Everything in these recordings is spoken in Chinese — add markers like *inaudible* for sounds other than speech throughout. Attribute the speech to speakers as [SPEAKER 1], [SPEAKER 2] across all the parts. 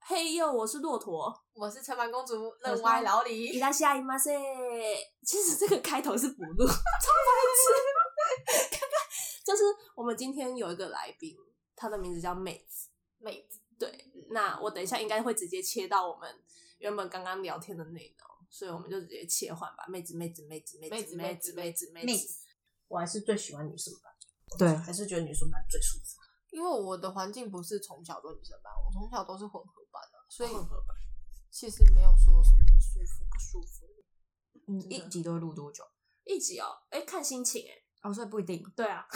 [SPEAKER 1] 嘿哟，我是骆驼，
[SPEAKER 2] 我是城门公主，
[SPEAKER 1] 我
[SPEAKER 2] 任
[SPEAKER 1] 是
[SPEAKER 2] 歪老
[SPEAKER 1] 伊
[SPEAKER 3] *laughs*
[SPEAKER 2] 李。
[SPEAKER 1] 拉西亚伊马塞。其实这个开头是补 *laughs* 录，超白痴。刚刚就是我们今天有一个来宾，他的名字叫妹子。
[SPEAKER 2] 妹子，
[SPEAKER 1] 对，那我等一下应该会直接切到我们原本刚刚聊天的内容，所以我们就直接切换吧。妹子，妹子，妹子，妹
[SPEAKER 2] 妹
[SPEAKER 1] 子，
[SPEAKER 2] 子
[SPEAKER 1] 妹
[SPEAKER 2] 妹
[SPEAKER 1] 子，
[SPEAKER 2] 子
[SPEAKER 1] 妹子，妹
[SPEAKER 3] 妹
[SPEAKER 1] 子。我还是最喜欢女生班，
[SPEAKER 3] 对
[SPEAKER 1] 还是觉得女生班最舒服。
[SPEAKER 2] 因为我的环境不是从小都女生班，我从小都是混合班啊，所以
[SPEAKER 1] 混合
[SPEAKER 2] 班其实没有说什么舒服不舒服。
[SPEAKER 3] 你
[SPEAKER 2] 真的
[SPEAKER 3] 一集都会录多久？
[SPEAKER 1] 一集哦，哎、看心情哎、
[SPEAKER 3] 哦，所以不一定。
[SPEAKER 1] 对啊，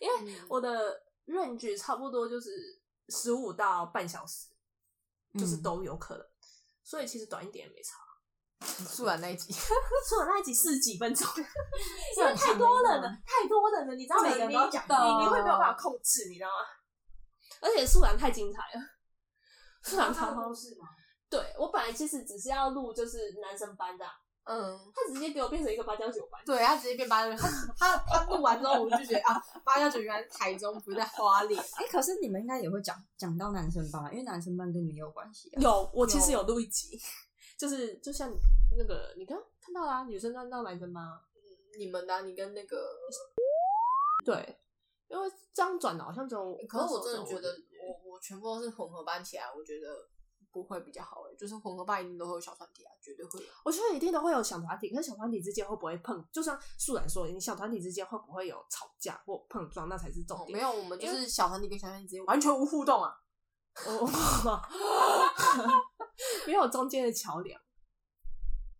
[SPEAKER 1] 因为
[SPEAKER 2] 嗯
[SPEAKER 1] 我的 range 差不多就是十五到半小时，就是
[SPEAKER 3] 嗯
[SPEAKER 1] 都有可能，所以其实短一点也没差。
[SPEAKER 2] 素然那一集，
[SPEAKER 1] 所以我那一集四十几分钟，因
[SPEAKER 3] 这
[SPEAKER 1] 为
[SPEAKER 3] 很
[SPEAKER 1] 太
[SPEAKER 3] 长
[SPEAKER 1] 多
[SPEAKER 3] 的
[SPEAKER 1] 人
[SPEAKER 3] 一个
[SPEAKER 1] 了，太多人了，你知道每个人都要讲，你
[SPEAKER 3] 真的
[SPEAKER 1] 你会没有办法控制，你知道吗？ *laughs* 而且素然太精彩了，素然超好。
[SPEAKER 3] 式吗？
[SPEAKER 1] 对我本来其实只是要录就是男生班的啊，
[SPEAKER 2] *laughs* 嗯，
[SPEAKER 1] 他直接给我变成一个八加九班，
[SPEAKER 2] 对他直接变八加九，他他他录完之后，我就觉得啊，八加九原来是台中，不是在花莲。
[SPEAKER 3] 哎、可是你们应该也会讲讲到男生班吧？因为男生班跟你们也有关系、啊。
[SPEAKER 1] 有，我其实有录一集，就是就像那个你刚刚看到啦、女生看到男生吗？
[SPEAKER 2] 你们的啊、你跟那个，
[SPEAKER 1] 对，因为这样转的好像只有，
[SPEAKER 2] 可是我真的觉得
[SPEAKER 1] 那时候只有我
[SPEAKER 2] 我我全部都是混合班起来，我觉得不会比较好诶、就是混合班一定都会有小团体啊，绝对会有。
[SPEAKER 1] 我觉得一定都会有小团体，可是小团体之间会不会碰？就像素然说，你小团体之间会不会有吵架或碰撞，那才是重
[SPEAKER 2] 哦
[SPEAKER 1] 点。
[SPEAKER 2] 没有，我们就是小团体跟小团体之间完全无互动啊。
[SPEAKER 1] 哦没有中间的桥梁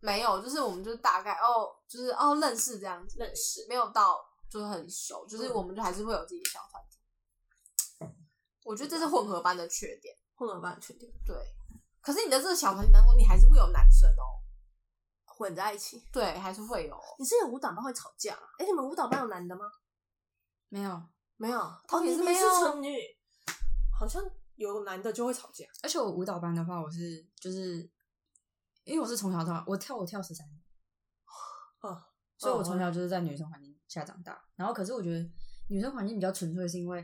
[SPEAKER 2] 没有，就是我们就是大概哦，就是哦认识这样子，
[SPEAKER 1] 认识。
[SPEAKER 2] 没有到就是很熟，就是
[SPEAKER 1] 嗯
[SPEAKER 2] 我们就还是会有自己的小团体。我觉得这是混合班的缺点，
[SPEAKER 1] 混合班确定
[SPEAKER 2] 对。可是你的这个小团体当中，你还是会有男生哦，
[SPEAKER 1] 混在一起。
[SPEAKER 2] 对，还是会有哦。
[SPEAKER 1] 你是有舞蹈班会吵架、啊？哎、你们舞蹈班有男的吗？
[SPEAKER 3] 没有，
[SPEAKER 1] 没有，
[SPEAKER 2] 到底
[SPEAKER 1] 你
[SPEAKER 2] 哦是
[SPEAKER 1] 们
[SPEAKER 2] 没有
[SPEAKER 1] 是纯女，好像有男的就会吵架。
[SPEAKER 3] 而且我舞蹈班的话，我是就是因为我是从小到大我跳我跳十三年，
[SPEAKER 1] 哦，
[SPEAKER 3] 所以我从小就是在女生环境下长大。然后可是我觉得女生环境比较纯粹，是因为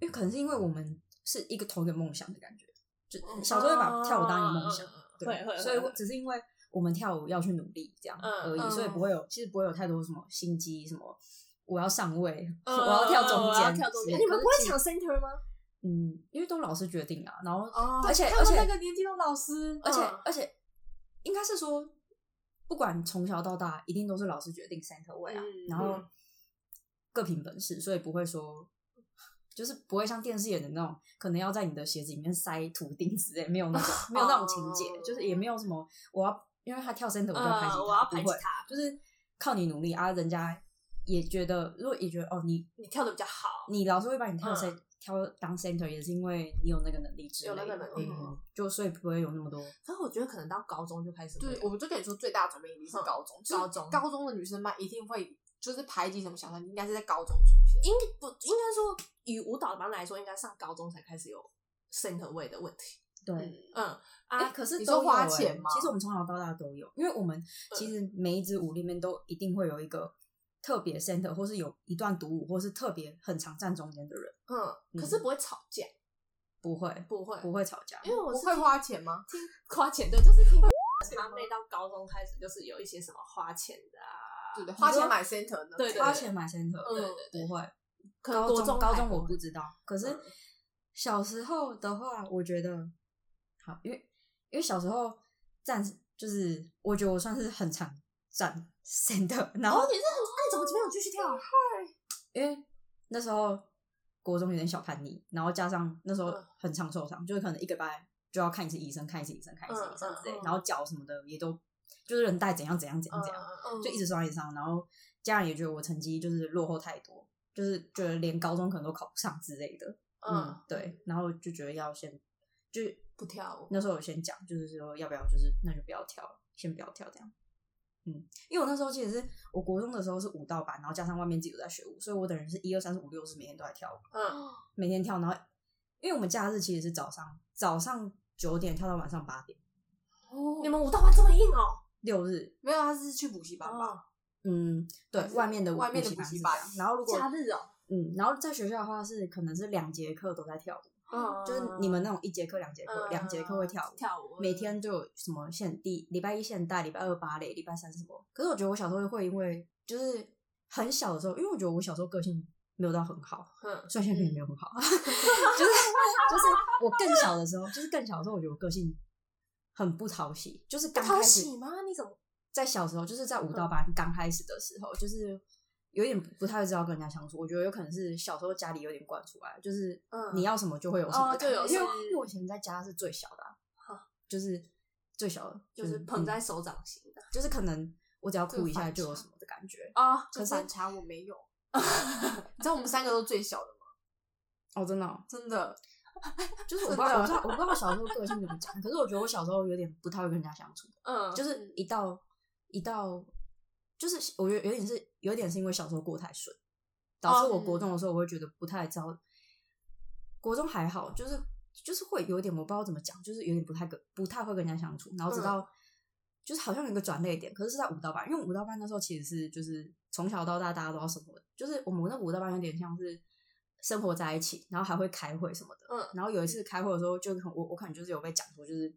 [SPEAKER 3] 因为可能是因为我们是一个同一个梦想的感觉，就
[SPEAKER 1] 嗯
[SPEAKER 3] 小时候会把跳舞当一个梦想
[SPEAKER 1] 嗯嗯嗯嗯，
[SPEAKER 3] 对
[SPEAKER 1] 会会，会
[SPEAKER 3] 所以我只是因为。我们跳舞要去努力，这样
[SPEAKER 1] 嗯
[SPEAKER 3] 而已，
[SPEAKER 2] 嗯
[SPEAKER 3] 所以不会有，其实不会有太多什么心机，什么我要上位，
[SPEAKER 1] 嗯
[SPEAKER 3] 我要跳中
[SPEAKER 1] 我要
[SPEAKER 3] 间
[SPEAKER 1] 跳中
[SPEAKER 3] 之
[SPEAKER 1] 间。
[SPEAKER 3] 类的，
[SPEAKER 1] 你们不
[SPEAKER 3] 可
[SPEAKER 1] 会
[SPEAKER 3] 是其
[SPEAKER 1] 抢 center 吗？
[SPEAKER 3] 嗯，因为都老师决定啊，然后
[SPEAKER 2] 哦
[SPEAKER 3] 而且
[SPEAKER 2] 他
[SPEAKER 3] 而
[SPEAKER 2] 们
[SPEAKER 3] 且
[SPEAKER 2] 那个年纪的老师，
[SPEAKER 3] 而且、
[SPEAKER 1] 嗯
[SPEAKER 3] 而且应该是说，不管从小到大，一定都是老师决定 center 位啊，
[SPEAKER 1] 嗯
[SPEAKER 3] 然后
[SPEAKER 1] 嗯
[SPEAKER 3] 各凭本事，所以不会说。就是不会像电视演的那种，可能要在你的鞋子里面塞图钉之类，没有那种没有那种情节
[SPEAKER 2] 哦
[SPEAKER 3] 就是也没有什么我要，因为他跳 center 我就要排挤他，
[SPEAKER 1] 嗯我要排
[SPEAKER 3] 不
[SPEAKER 1] 挤
[SPEAKER 3] 会，就是靠你努力啊，人家也觉得，如果也觉得哦，你
[SPEAKER 1] 你跳的比较好，
[SPEAKER 3] 你老师会把你挑
[SPEAKER 1] 嗯
[SPEAKER 3] c 挑当 center，也是因为你有那个能力之
[SPEAKER 1] 有
[SPEAKER 3] 类
[SPEAKER 1] 那
[SPEAKER 3] 的，
[SPEAKER 1] 个能力
[SPEAKER 3] 嗯，就所以不会有那么多
[SPEAKER 1] 可是我觉得可能到高中就开始会
[SPEAKER 2] 对，我就跟你说，最大的转变一定是
[SPEAKER 1] 嗯
[SPEAKER 2] 高中，
[SPEAKER 1] 高中
[SPEAKER 2] 高中的女生班一定会就是排挤什么小团体，应该是在高中出现。
[SPEAKER 1] 应不应该说，以舞蹈班来说，应该上高中才开始有 center 位的问题。
[SPEAKER 3] 对。
[SPEAKER 1] 嗯
[SPEAKER 3] 啊，
[SPEAKER 1] 啊，
[SPEAKER 3] 可是
[SPEAKER 2] 你
[SPEAKER 3] 都
[SPEAKER 2] 说
[SPEAKER 3] 有
[SPEAKER 2] 花
[SPEAKER 3] 欸
[SPEAKER 2] 钱吗
[SPEAKER 3] 其实我们从小到大都有，因为我们其实每一支舞里面都一定会有一个特别 center，或是有一段独舞，或是特别很常站中间的人，
[SPEAKER 1] 嗯，可是不会吵架，
[SPEAKER 3] 不会
[SPEAKER 1] 不会，
[SPEAKER 3] 不会吵架。
[SPEAKER 1] 因为我
[SPEAKER 2] 不
[SPEAKER 1] 是
[SPEAKER 2] 会
[SPEAKER 1] 听
[SPEAKER 2] 花钱吗？
[SPEAKER 1] 听花钱，对，就是听堂妹到高中开始就是有一些什么花钱的啊，
[SPEAKER 2] 对对，
[SPEAKER 1] 你
[SPEAKER 2] 花
[SPEAKER 1] 说
[SPEAKER 2] 钱买 center 呢？
[SPEAKER 1] 对对嗯
[SPEAKER 3] 花钱买 center，
[SPEAKER 1] 对对
[SPEAKER 3] 不会。
[SPEAKER 1] 可能
[SPEAKER 3] 高
[SPEAKER 1] 国还
[SPEAKER 3] 中高中
[SPEAKER 1] 会
[SPEAKER 3] 我不知道，可是
[SPEAKER 1] 嗯
[SPEAKER 3] 小时候的话，我觉得好，因为因为小时候站就是我觉得我算是很常站 *laughs* center，然后
[SPEAKER 1] 哦，你是很爱怎么怎么样继续跳啊？
[SPEAKER 3] 因为那时候国中有点小叛逆，然后加上那时候
[SPEAKER 1] 嗯
[SPEAKER 3] 很常受伤，就是可能一个礼拜就要看一次医生，看一次医生，看一次医生之类
[SPEAKER 1] 嗯嗯，
[SPEAKER 3] 然后脚什么的也都就是韧带怎样怎样怎样怎样，
[SPEAKER 1] 嗯
[SPEAKER 3] 就一直伤一直伤，然后家人也觉得我成绩就是落后太多，就是觉得连高中可能都考不上之类的，嗯
[SPEAKER 1] 嗯，，
[SPEAKER 3] 对，然后就觉得要先就
[SPEAKER 1] 不跳舞，
[SPEAKER 3] 那时候有先讲，就是说要不要，就是那就不要跳，先不要跳这样。嗯，因为我那时候其实是我国中的时候是舞蹈班，然后加上外面自己有在学舞，所以我等于是一二三四五六是每天都在跳舞，
[SPEAKER 1] 嗯
[SPEAKER 3] 每天跳。然后因为我们假日其实是早上早上九点跳到晚上八点，
[SPEAKER 1] 你
[SPEAKER 2] 哦，
[SPEAKER 1] 们舞蹈班这么硬哦？
[SPEAKER 3] 六日
[SPEAKER 2] 没有，他是去补习班吧？
[SPEAKER 1] 哦，
[SPEAKER 3] 嗯对
[SPEAKER 2] 还是
[SPEAKER 3] 外面的
[SPEAKER 2] 哦外面的
[SPEAKER 3] 补
[SPEAKER 2] 补习
[SPEAKER 3] 习
[SPEAKER 2] 班
[SPEAKER 3] 班是这样，然后如果
[SPEAKER 1] 假日哦，
[SPEAKER 3] 嗯然后在学校的话是可能是两节课都在跳舞，
[SPEAKER 1] 嗯
[SPEAKER 3] 就是你们那种一节课、两节课、
[SPEAKER 1] 嗯
[SPEAKER 3] 两节课会跳舞，
[SPEAKER 1] 跳舞，
[SPEAKER 3] 每天就有什么现第礼拜一现代，礼拜二芭蕾，礼拜三是什么？可是我觉得我小时候会因为就是很小的时候，因为我觉得我小时候个性没有到很好，
[SPEAKER 1] 嗯
[SPEAKER 3] 虽然现在可能没有很好， *laughs* 就是就是我更小的时候，就是更小的时候，我觉得我个性很不讨喜，就是刚
[SPEAKER 1] 讨
[SPEAKER 3] 开始
[SPEAKER 1] 喜吗？你怎么？
[SPEAKER 3] 在小时候，就是在舞
[SPEAKER 1] 嗯
[SPEAKER 3] 蹈班刚开始的时候，就是有点不太知道跟人家相处。我觉得有可能是小时候家里有点惯出来，就是
[SPEAKER 1] 嗯
[SPEAKER 3] 你要什么就会有什么
[SPEAKER 1] 哦
[SPEAKER 3] 的感觉、
[SPEAKER 1] 就有
[SPEAKER 3] 因为
[SPEAKER 1] 是
[SPEAKER 3] 因为我以前在家是最小的啊、
[SPEAKER 1] 啊
[SPEAKER 3] 就是最小的，
[SPEAKER 1] 就是
[SPEAKER 3] 嗯
[SPEAKER 1] 捧
[SPEAKER 3] 嗯
[SPEAKER 1] 在手掌心的
[SPEAKER 3] 就是可能我只要
[SPEAKER 2] 这个
[SPEAKER 3] 哭一下
[SPEAKER 2] 反
[SPEAKER 3] 就有
[SPEAKER 2] 差
[SPEAKER 3] 什么的感觉。
[SPEAKER 1] 啊，
[SPEAKER 2] 这
[SPEAKER 3] 可是
[SPEAKER 2] 反差我没
[SPEAKER 1] *laughs*
[SPEAKER 2] 有，你知道我们三个都最小的吗？
[SPEAKER 3] 哦，真
[SPEAKER 1] *laughs*
[SPEAKER 3] 的哦、
[SPEAKER 2] 真的，
[SPEAKER 3] 就是我不知道，我不知道，我不知道我小时候个性怎么讲。可是我觉得我小时候有点不太会跟人家相处，
[SPEAKER 1] 嗯，
[SPEAKER 3] 就是一到一到，就是我觉得有点是有点是因为小时候过太顺，导致我国中的时候，我会觉得不太知道。国中还好，就是就是会有点我不知道怎么讲，就是有点不太跟不太会跟人家相处，然后直到、就是好像有一个转捩点，可是是在舞蹈班，因为舞蹈班那时候其实是就是从小到大大家都要生活，就是我们那舞蹈班有点像是生活在一起，然后还会开会什么的。
[SPEAKER 1] 嗯
[SPEAKER 3] 然后有一次开会的时候，就可我我可能就是有被讲说，就是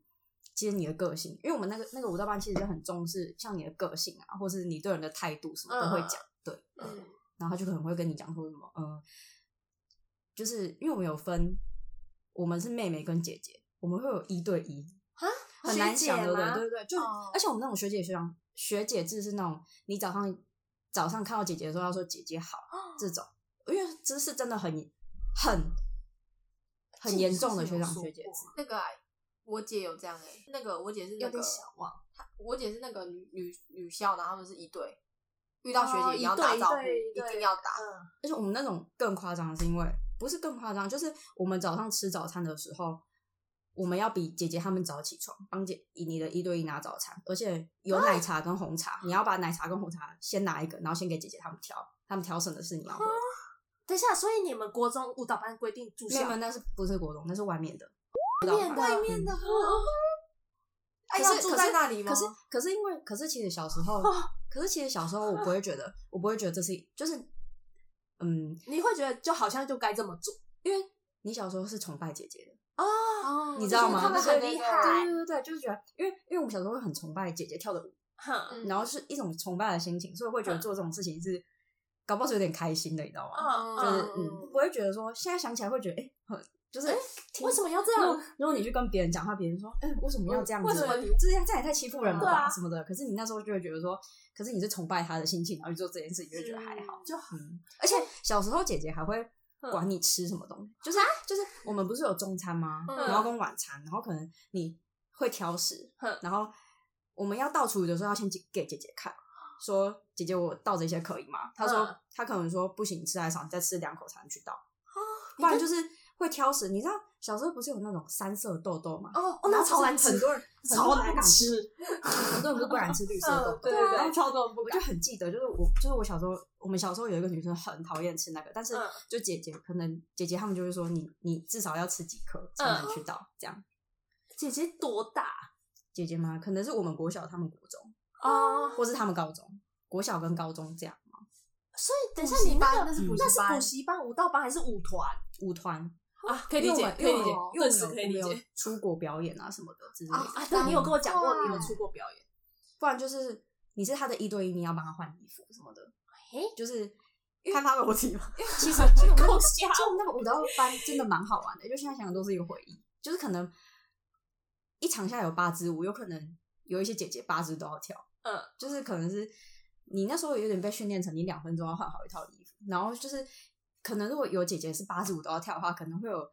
[SPEAKER 3] 其实你的个性，因为我们那个那个舞蹈班其实很重视像你的个性啊，或是你对人的态度什么都会讲。对，
[SPEAKER 1] 嗯
[SPEAKER 3] 然后他就可能会跟你讲说什么，嗯、就是因为我们有分，我们是妹妹跟姐姐，我们会有一对一，
[SPEAKER 1] 啊，
[SPEAKER 3] 很难想
[SPEAKER 1] 学
[SPEAKER 3] 的，
[SPEAKER 1] 姐吗
[SPEAKER 3] 对对对，就、
[SPEAKER 2] 哦
[SPEAKER 3] 而且我们那种学姐学长学姐制是那种，你早上早上看到姐姐的时候要说姐姐好、
[SPEAKER 1] 哦
[SPEAKER 3] 这种，因为这是真的很很很严重的学长学姐制，
[SPEAKER 2] 那个啊、我姐有这样哎、那个我姐是、那个、
[SPEAKER 1] 有点小忘，
[SPEAKER 2] 她，我姐是那个女女女校，然后他们是一对，遇到学姐
[SPEAKER 1] 哦
[SPEAKER 2] 也要打
[SPEAKER 1] 一对
[SPEAKER 2] 招呼，
[SPEAKER 1] 一对一对
[SPEAKER 2] 定要打。
[SPEAKER 1] 嗯
[SPEAKER 3] 而且我们那种更夸张，是因为不是更夸张，就是我们早上吃早餐的时候，我们要比姐姐她们早起床，帮姐以你的一对一拿早餐，而且有奶茶跟红茶，你要把奶茶跟红茶先拿一个，然后先给姐姐她们挑，她们挑剩的是你要喝的。
[SPEAKER 1] 等一下，所以你们国中舞蹈班规定住
[SPEAKER 3] 没
[SPEAKER 1] 校
[SPEAKER 3] 有，没有那是不是国中？那是外面的。
[SPEAKER 1] 面的外
[SPEAKER 3] 面的
[SPEAKER 2] 哎、
[SPEAKER 3] 可
[SPEAKER 2] 要
[SPEAKER 3] 是
[SPEAKER 2] 住
[SPEAKER 3] 可
[SPEAKER 2] 在
[SPEAKER 3] 是
[SPEAKER 2] 那里吗？
[SPEAKER 3] 可是可是因为可是其实小时候，可是其实小时候我不会觉得，我不会觉得这是就是嗯，
[SPEAKER 1] 你会觉得就好像就该这么做
[SPEAKER 3] 因为你小时候是崇拜姐姐的，
[SPEAKER 2] 哦
[SPEAKER 3] 你知道
[SPEAKER 1] 就是
[SPEAKER 3] 吗？
[SPEAKER 1] 他们
[SPEAKER 3] 所以
[SPEAKER 1] 很厉害
[SPEAKER 3] 对对对对，就是觉得因为因为我们小时候会很崇拜姐姐跳的舞，
[SPEAKER 1] 哼，
[SPEAKER 3] 然后是一种崇拜的心情，所以会觉得做这种事情是搞不好是有点开心的，你知道吗？
[SPEAKER 1] 嗯，
[SPEAKER 3] 就是
[SPEAKER 1] 嗯
[SPEAKER 3] 嗯，不会觉得说现在想起来会觉得哎、很就是挺
[SPEAKER 1] 为什么要这
[SPEAKER 3] 如
[SPEAKER 1] 样
[SPEAKER 3] 果？如果你去跟别人讲话，别人说，嗯，为什么要这样子？
[SPEAKER 1] 为什么
[SPEAKER 3] 你这样这样也太欺负人了
[SPEAKER 1] 对啊
[SPEAKER 3] 吧？什么的。可是你那时候就会觉得说，可是你是崇拜他的心情，然后去做这件事，你就会觉得还好。
[SPEAKER 1] 就
[SPEAKER 3] 嗯，而且小时候姐姐还会
[SPEAKER 1] 嗯
[SPEAKER 3] 管你吃什么东西，就是
[SPEAKER 1] 啊
[SPEAKER 3] 就是我们不是有中餐吗？
[SPEAKER 2] 嗯
[SPEAKER 3] 然后跟晚餐，然后可能你会挑食
[SPEAKER 1] 哼，
[SPEAKER 3] 然后我们要倒厨余的时候要先给姐姐看。说姐姐，我倒这些可以吗？她说、
[SPEAKER 1] 嗯
[SPEAKER 3] 她可能说不行，你吃太少，你再吃两口才能去倒。
[SPEAKER 1] 哦
[SPEAKER 3] 不然就是会挑食。你知道小时候不是有那种三色豆豆吗？
[SPEAKER 1] 哦，
[SPEAKER 3] 然
[SPEAKER 1] 那
[SPEAKER 3] 后
[SPEAKER 1] 超难
[SPEAKER 3] 不
[SPEAKER 1] 吃
[SPEAKER 3] 是很，多人
[SPEAKER 1] 超难，吃，
[SPEAKER 3] 很多人很多人都不敢吃绿色豆豆。
[SPEAKER 1] 嗯对对对
[SPEAKER 3] 然后
[SPEAKER 1] 超多人不
[SPEAKER 3] 我就很记得，就是我就是我小时候，我们小时候有一个女生很讨厌吃那个，但是
[SPEAKER 1] 嗯
[SPEAKER 3] 就姐姐可能姐姐她们就会说你你至少要吃几颗才
[SPEAKER 1] 嗯
[SPEAKER 3] 能去到这样。
[SPEAKER 1] 姐姐多大
[SPEAKER 3] 姐姐嘛，可能是我们国小，她们国中，
[SPEAKER 1] 哦，
[SPEAKER 3] 或是她们高中，国小跟高中这样嘛。
[SPEAKER 1] 所以等一下
[SPEAKER 2] 补习
[SPEAKER 1] 你那
[SPEAKER 2] 班
[SPEAKER 1] 个
[SPEAKER 2] 那是
[SPEAKER 1] 嗯
[SPEAKER 2] 补习
[SPEAKER 1] 那是
[SPEAKER 2] 班
[SPEAKER 1] 补习班、舞蹈班还是舞团
[SPEAKER 3] 舞团，
[SPEAKER 1] 啊？可以理
[SPEAKER 3] 因为我
[SPEAKER 1] 解
[SPEAKER 3] 们，
[SPEAKER 1] 可以
[SPEAKER 3] 因
[SPEAKER 1] 理
[SPEAKER 3] 为
[SPEAKER 1] 解
[SPEAKER 3] 我，们因为
[SPEAKER 1] 顿
[SPEAKER 3] 我
[SPEAKER 1] 时
[SPEAKER 3] 们
[SPEAKER 1] 可以
[SPEAKER 3] 有
[SPEAKER 1] 理解
[SPEAKER 3] 我 *laughs* 们有出国表演啊什么的之类
[SPEAKER 2] *laughs*
[SPEAKER 3] 的。
[SPEAKER 1] 啊啊！对，你有跟我讲过你有
[SPEAKER 2] 哇
[SPEAKER 1] 出过表演，
[SPEAKER 3] 不然就是你是他的一对一，你要帮他换衣服什么的。
[SPEAKER 1] 诶
[SPEAKER 3] 就是
[SPEAKER 2] 看他裸体吗？
[SPEAKER 3] 其实其实我们那
[SPEAKER 1] *laughs* 够
[SPEAKER 3] 个
[SPEAKER 1] 吓
[SPEAKER 3] 就我们那个舞蹈班 *laughs* 真的蛮好玩的，就现在想想都是一个回忆。就是可能一场下有八支舞，有可能有一些姐姐八支都要跳，
[SPEAKER 1] 嗯，
[SPEAKER 3] 就是可能是你那时候有点被训练成你两分钟要换好一套衣服，然后就是可能如果有姐姐是八支舞都要跳的话，可能会有。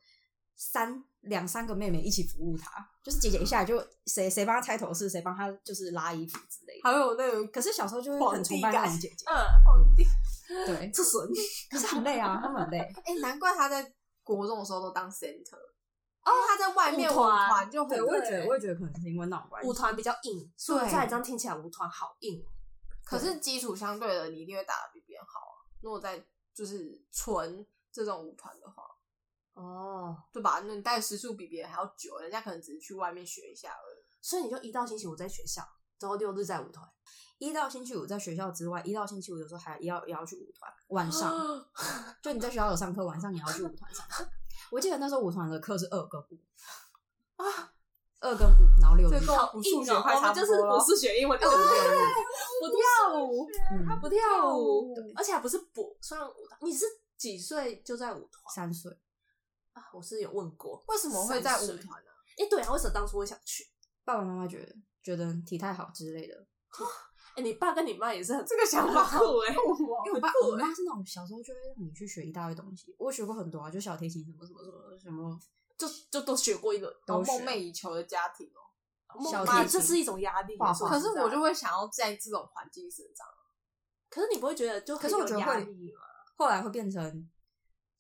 [SPEAKER 3] 三两三个妹妹一起服务她，就是姐姐一下来就谁谁帮她拆头饰，谁帮她就是拉衣服之类的。
[SPEAKER 2] 还有那个
[SPEAKER 3] 可是小时候就会很崇拜那种姐姐，
[SPEAKER 1] 嗯，皇帝
[SPEAKER 3] 对，
[SPEAKER 2] 厕所，
[SPEAKER 3] 可是很累啊，他们很累。
[SPEAKER 2] 哎、难怪他在国中的时候都当 center，哦，他在外面
[SPEAKER 1] 舞
[SPEAKER 2] 舞
[SPEAKER 1] 团
[SPEAKER 2] 团就很
[SPEAKER 3] 对，我也觉得，我也觉得可能是因为那种关系
[SPEAKER 1] 舞。团比较硬，所以
[SPEAKER 2] 对
[SPEAKER 1] 再这样听起来舞团好硬哦。
[SPEAKER 2] 可是基础相对的，你一定会打的比别人好啊。如果在就是纯这种舞团的话，
[SPEAKER 1] 哦，
[SPEAKER 2] 对吧？那你待的时数比别人还要久，人家可能只是去外面学一下而已。
[SPEAKER 1] 所以你就一到星期五在学校，之后六日在舞团，
[SPEAKER 3] 一到星期五在学校之外，一到星期五有啊
[SPEAKER 2] 啊
[SPEAKER 3] 时候还要也要去舞团，晚上就你在学校有上课，晚上也要去舞团上课。 *laughs* 我记得那时候舞团的课是二跟五啊，二跟五，然后六
[SPEAKER 2] 这
[SPEAKER 3] 日
[SPEAKER 2] 跟
[SPEAKER 1] 好
[SPEAKER 2] 我数
[SPEAKER 1] 硬
[SPEAKER 2] 学
[SPEAKER 1] 哦，
[SPEAKER 2] 快
[SPEAKER 1] 我们
[SPEAKER 2] 差不
[SPEAKER 1] 就是
[SPEAKER 2] 多啊
[SPEAKER 1] 我
[SPEAKER 2] 了。
[SPEAKER 1] 数学英文 *laughs* 就是
[SPEAKER 3] 对
[SPEAKER 1] 不
[SPEAKER 3] 对对
[SPEAKER 1] 不跳舞，
[SPEAKER 3] 嗯
[SPEAKER 1] 他不跳舞
[SPEAKER 2] 不跳舞，
[SPEAKER 1] 而且还不是补上舞团。你是几岁就在舞团
[SPEAKER 3] 三岁，
[SPEAKER 1] 啊？我是有问过，
[SPEAKER 2] 为什么会在舞
[SPEAKER 1] 三岁？
[SPEAKER 2] 团呢？
[SPEAKER 1] 哎，对啊，为什么当初会想去？
[SPEAKER 3] 爸爸妈妈觉得觉得体态好之类的，
[SPEAKER 1] 哎，你爸跟你妈也是很
[SPEAKER 2] 这个想法
[SPEAKER 1] *laughs*
[SPEAKER 2] 哦
[SPEAKER 1] 很酷哎，
[SPEAKER 3] 因为我爸我妈是那种小时候就会让你去学一大堆东西，我学过很多啊，就小提琴什么什么什么什么，哦
[SPEAKER 1] 就就都学过一轮。
[SPEAKER 2] 好
[SPEAKER 3] 都
[SPEAKER 2] 梦
[SPEAKER 3] 学
[SPEAKER 2] 寐以求的家庭哦。
[SPEAKER 3] 小
[SPEAKER 1] 妈，
[SPEAKER 3] 提
[SPEAKER 1] 这
[SPEAKER 3] 琴
[SPEAKER 1] 是一种压力。
[SPEAKER 3] 画
[SPEAKER 1] 说
[SPEAKER 3] 画
[SPEAKER 2] 可
[SPEAKER 1] 实
[SPEAKER 2] 是
[SPEAKER 1] 在
[SPEAKER 2] 我就，会想要在这种环境生长。
[SPEAKER 1] 可是你不会觉得就
[SPEAKER 3] 可是
[SPEAKER 1] 很
[SPEAKER 3] 我
[SPEAKER 1] 有
[SPEAKER 3] 觉得
[SPEAKER 1] 压
[SPEAKER 3] 会
[SPEAKER 1] 力吗？
[SPEAKER 3] 后来会变成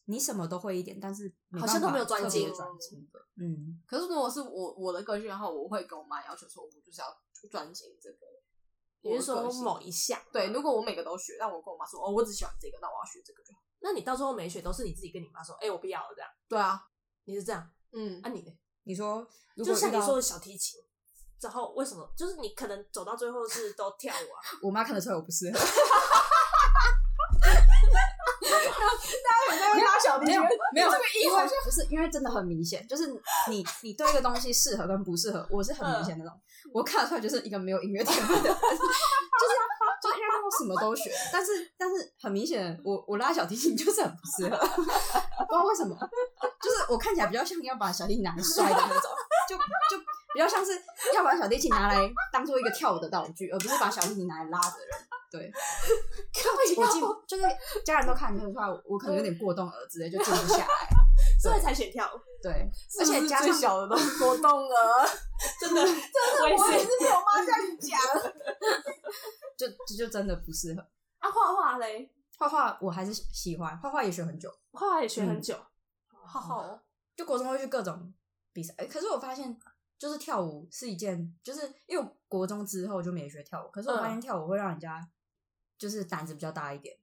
[SPEAKER 3] 你什么都会一点，但是没
[SPEAKER 1] 好像都
[SPEAKER 3] 办法
[SPEAKER 1] 没有专
[SPEAKER 3] 特别
[SPEAKER 1] 精
[SPEAKER 3] 专精的，嗯，
[SPEAKER 2] 可是如果是我我的个性的话，我会跟我妈要求说，我就是要专精这个。
[SPEAKER 1] 你是说
[SPEAKER 2] 我的个性
[SPEAKER 1] 某一项？
[SPEAKER 2] 对，如果我每个都学，但我跟我妈说，哦，我只喜欢这个，那我要学这个就好。
[SPEAKER 1] 那你到最后没学，都是你自己跟你妈说，哎，我不要了这样。
[SPEAKER 2] 对啊，
[SPEAKER 1] 你是这样，
[SPEAKER 2] 嗯
[SPEAKER 1] 啊，你呢？
[SPEAKER 3] 你说如
[SPEAKER 1] 就
[SPEAKER 3] 果
[SPEAKER 1] 像
[SPEAKER 3] 遇
[SPEAKER 1] 你
[SPEAKER 3] 到
[SPEAKER 1] 说的小提琴，之后为什么就是你可能走到最后是都跳舞啊？
[SPEAKER 3] 我妈看得出来我不 *laughs* 适合，
[SPEAKER 2] 没有小
[SPEAKER 3] 没有没有
[SPEAKER 2] 这个
[SPEAKER 3] 因
[SPEAKER 2] 意
[SPEAKER 3] 为
[SPEAKER 2] 外
[SPEAKER 3] 不是因为真的很明显，就是你你对一个东西适合跟不适合，我是很明显那种，我看得出来就是一个没有音乐天分的人， *laughs* 就是就是因为我什么都学，但是但是很明显，我我拉小提琴就是很不适合，不知道为什么，就是我看起来比较像要把小提琴拿来摔的那种，就就比较像是要把小提琴拿来当做一个跳舞的道具，而不是把小提琴拿来拉的人。对，我进 *laughs* 就是家人都看得出来，我可能有点过动儿之类，就静不下来。
[SPEAKER 1] 所以才选跳舞，
[SPEAKER 3] 对，
[SPEAKER 2] 而
[SPEAKER 3] 而且
[SPEAKER 2] 且 *laughs*
[SPEAKER 3] 加
[SPEAKER 2] 最
[SPEAKER 3] 上
[SPEAKER 2] 小的都是波动了。
[SPEAKER 1] 真的，真的
[SPEAKER 2] *laughs* 我
[SPEAKER 1] 我
[SPEAKER 2] 也
[SPEAKER 1] 也
[SPEAKER 2] 是
[SPEAKER 1] 是。
[SPEAKER 2] 被我妈这样讲。
[SPEAKER 3] 就就就真的不适合。
[SPEAKER 1] 啊，画画嘞，
[SPEAKER 3] 画画我还是喜欢，画画也学很久，
[SPEAKER 1] 画画也学很久，
[SPEAKER 2] 好好，
[SPEAKER 3] 就国中会去各种比赛。诶可是我发现，就是跳舞是一件，就是因为我国中之后就没学跳舞，可是我发
[SPEAKER 1] 嗯
[SPEAKER 3] 现跳舞会让人家就是胆子比较大一点。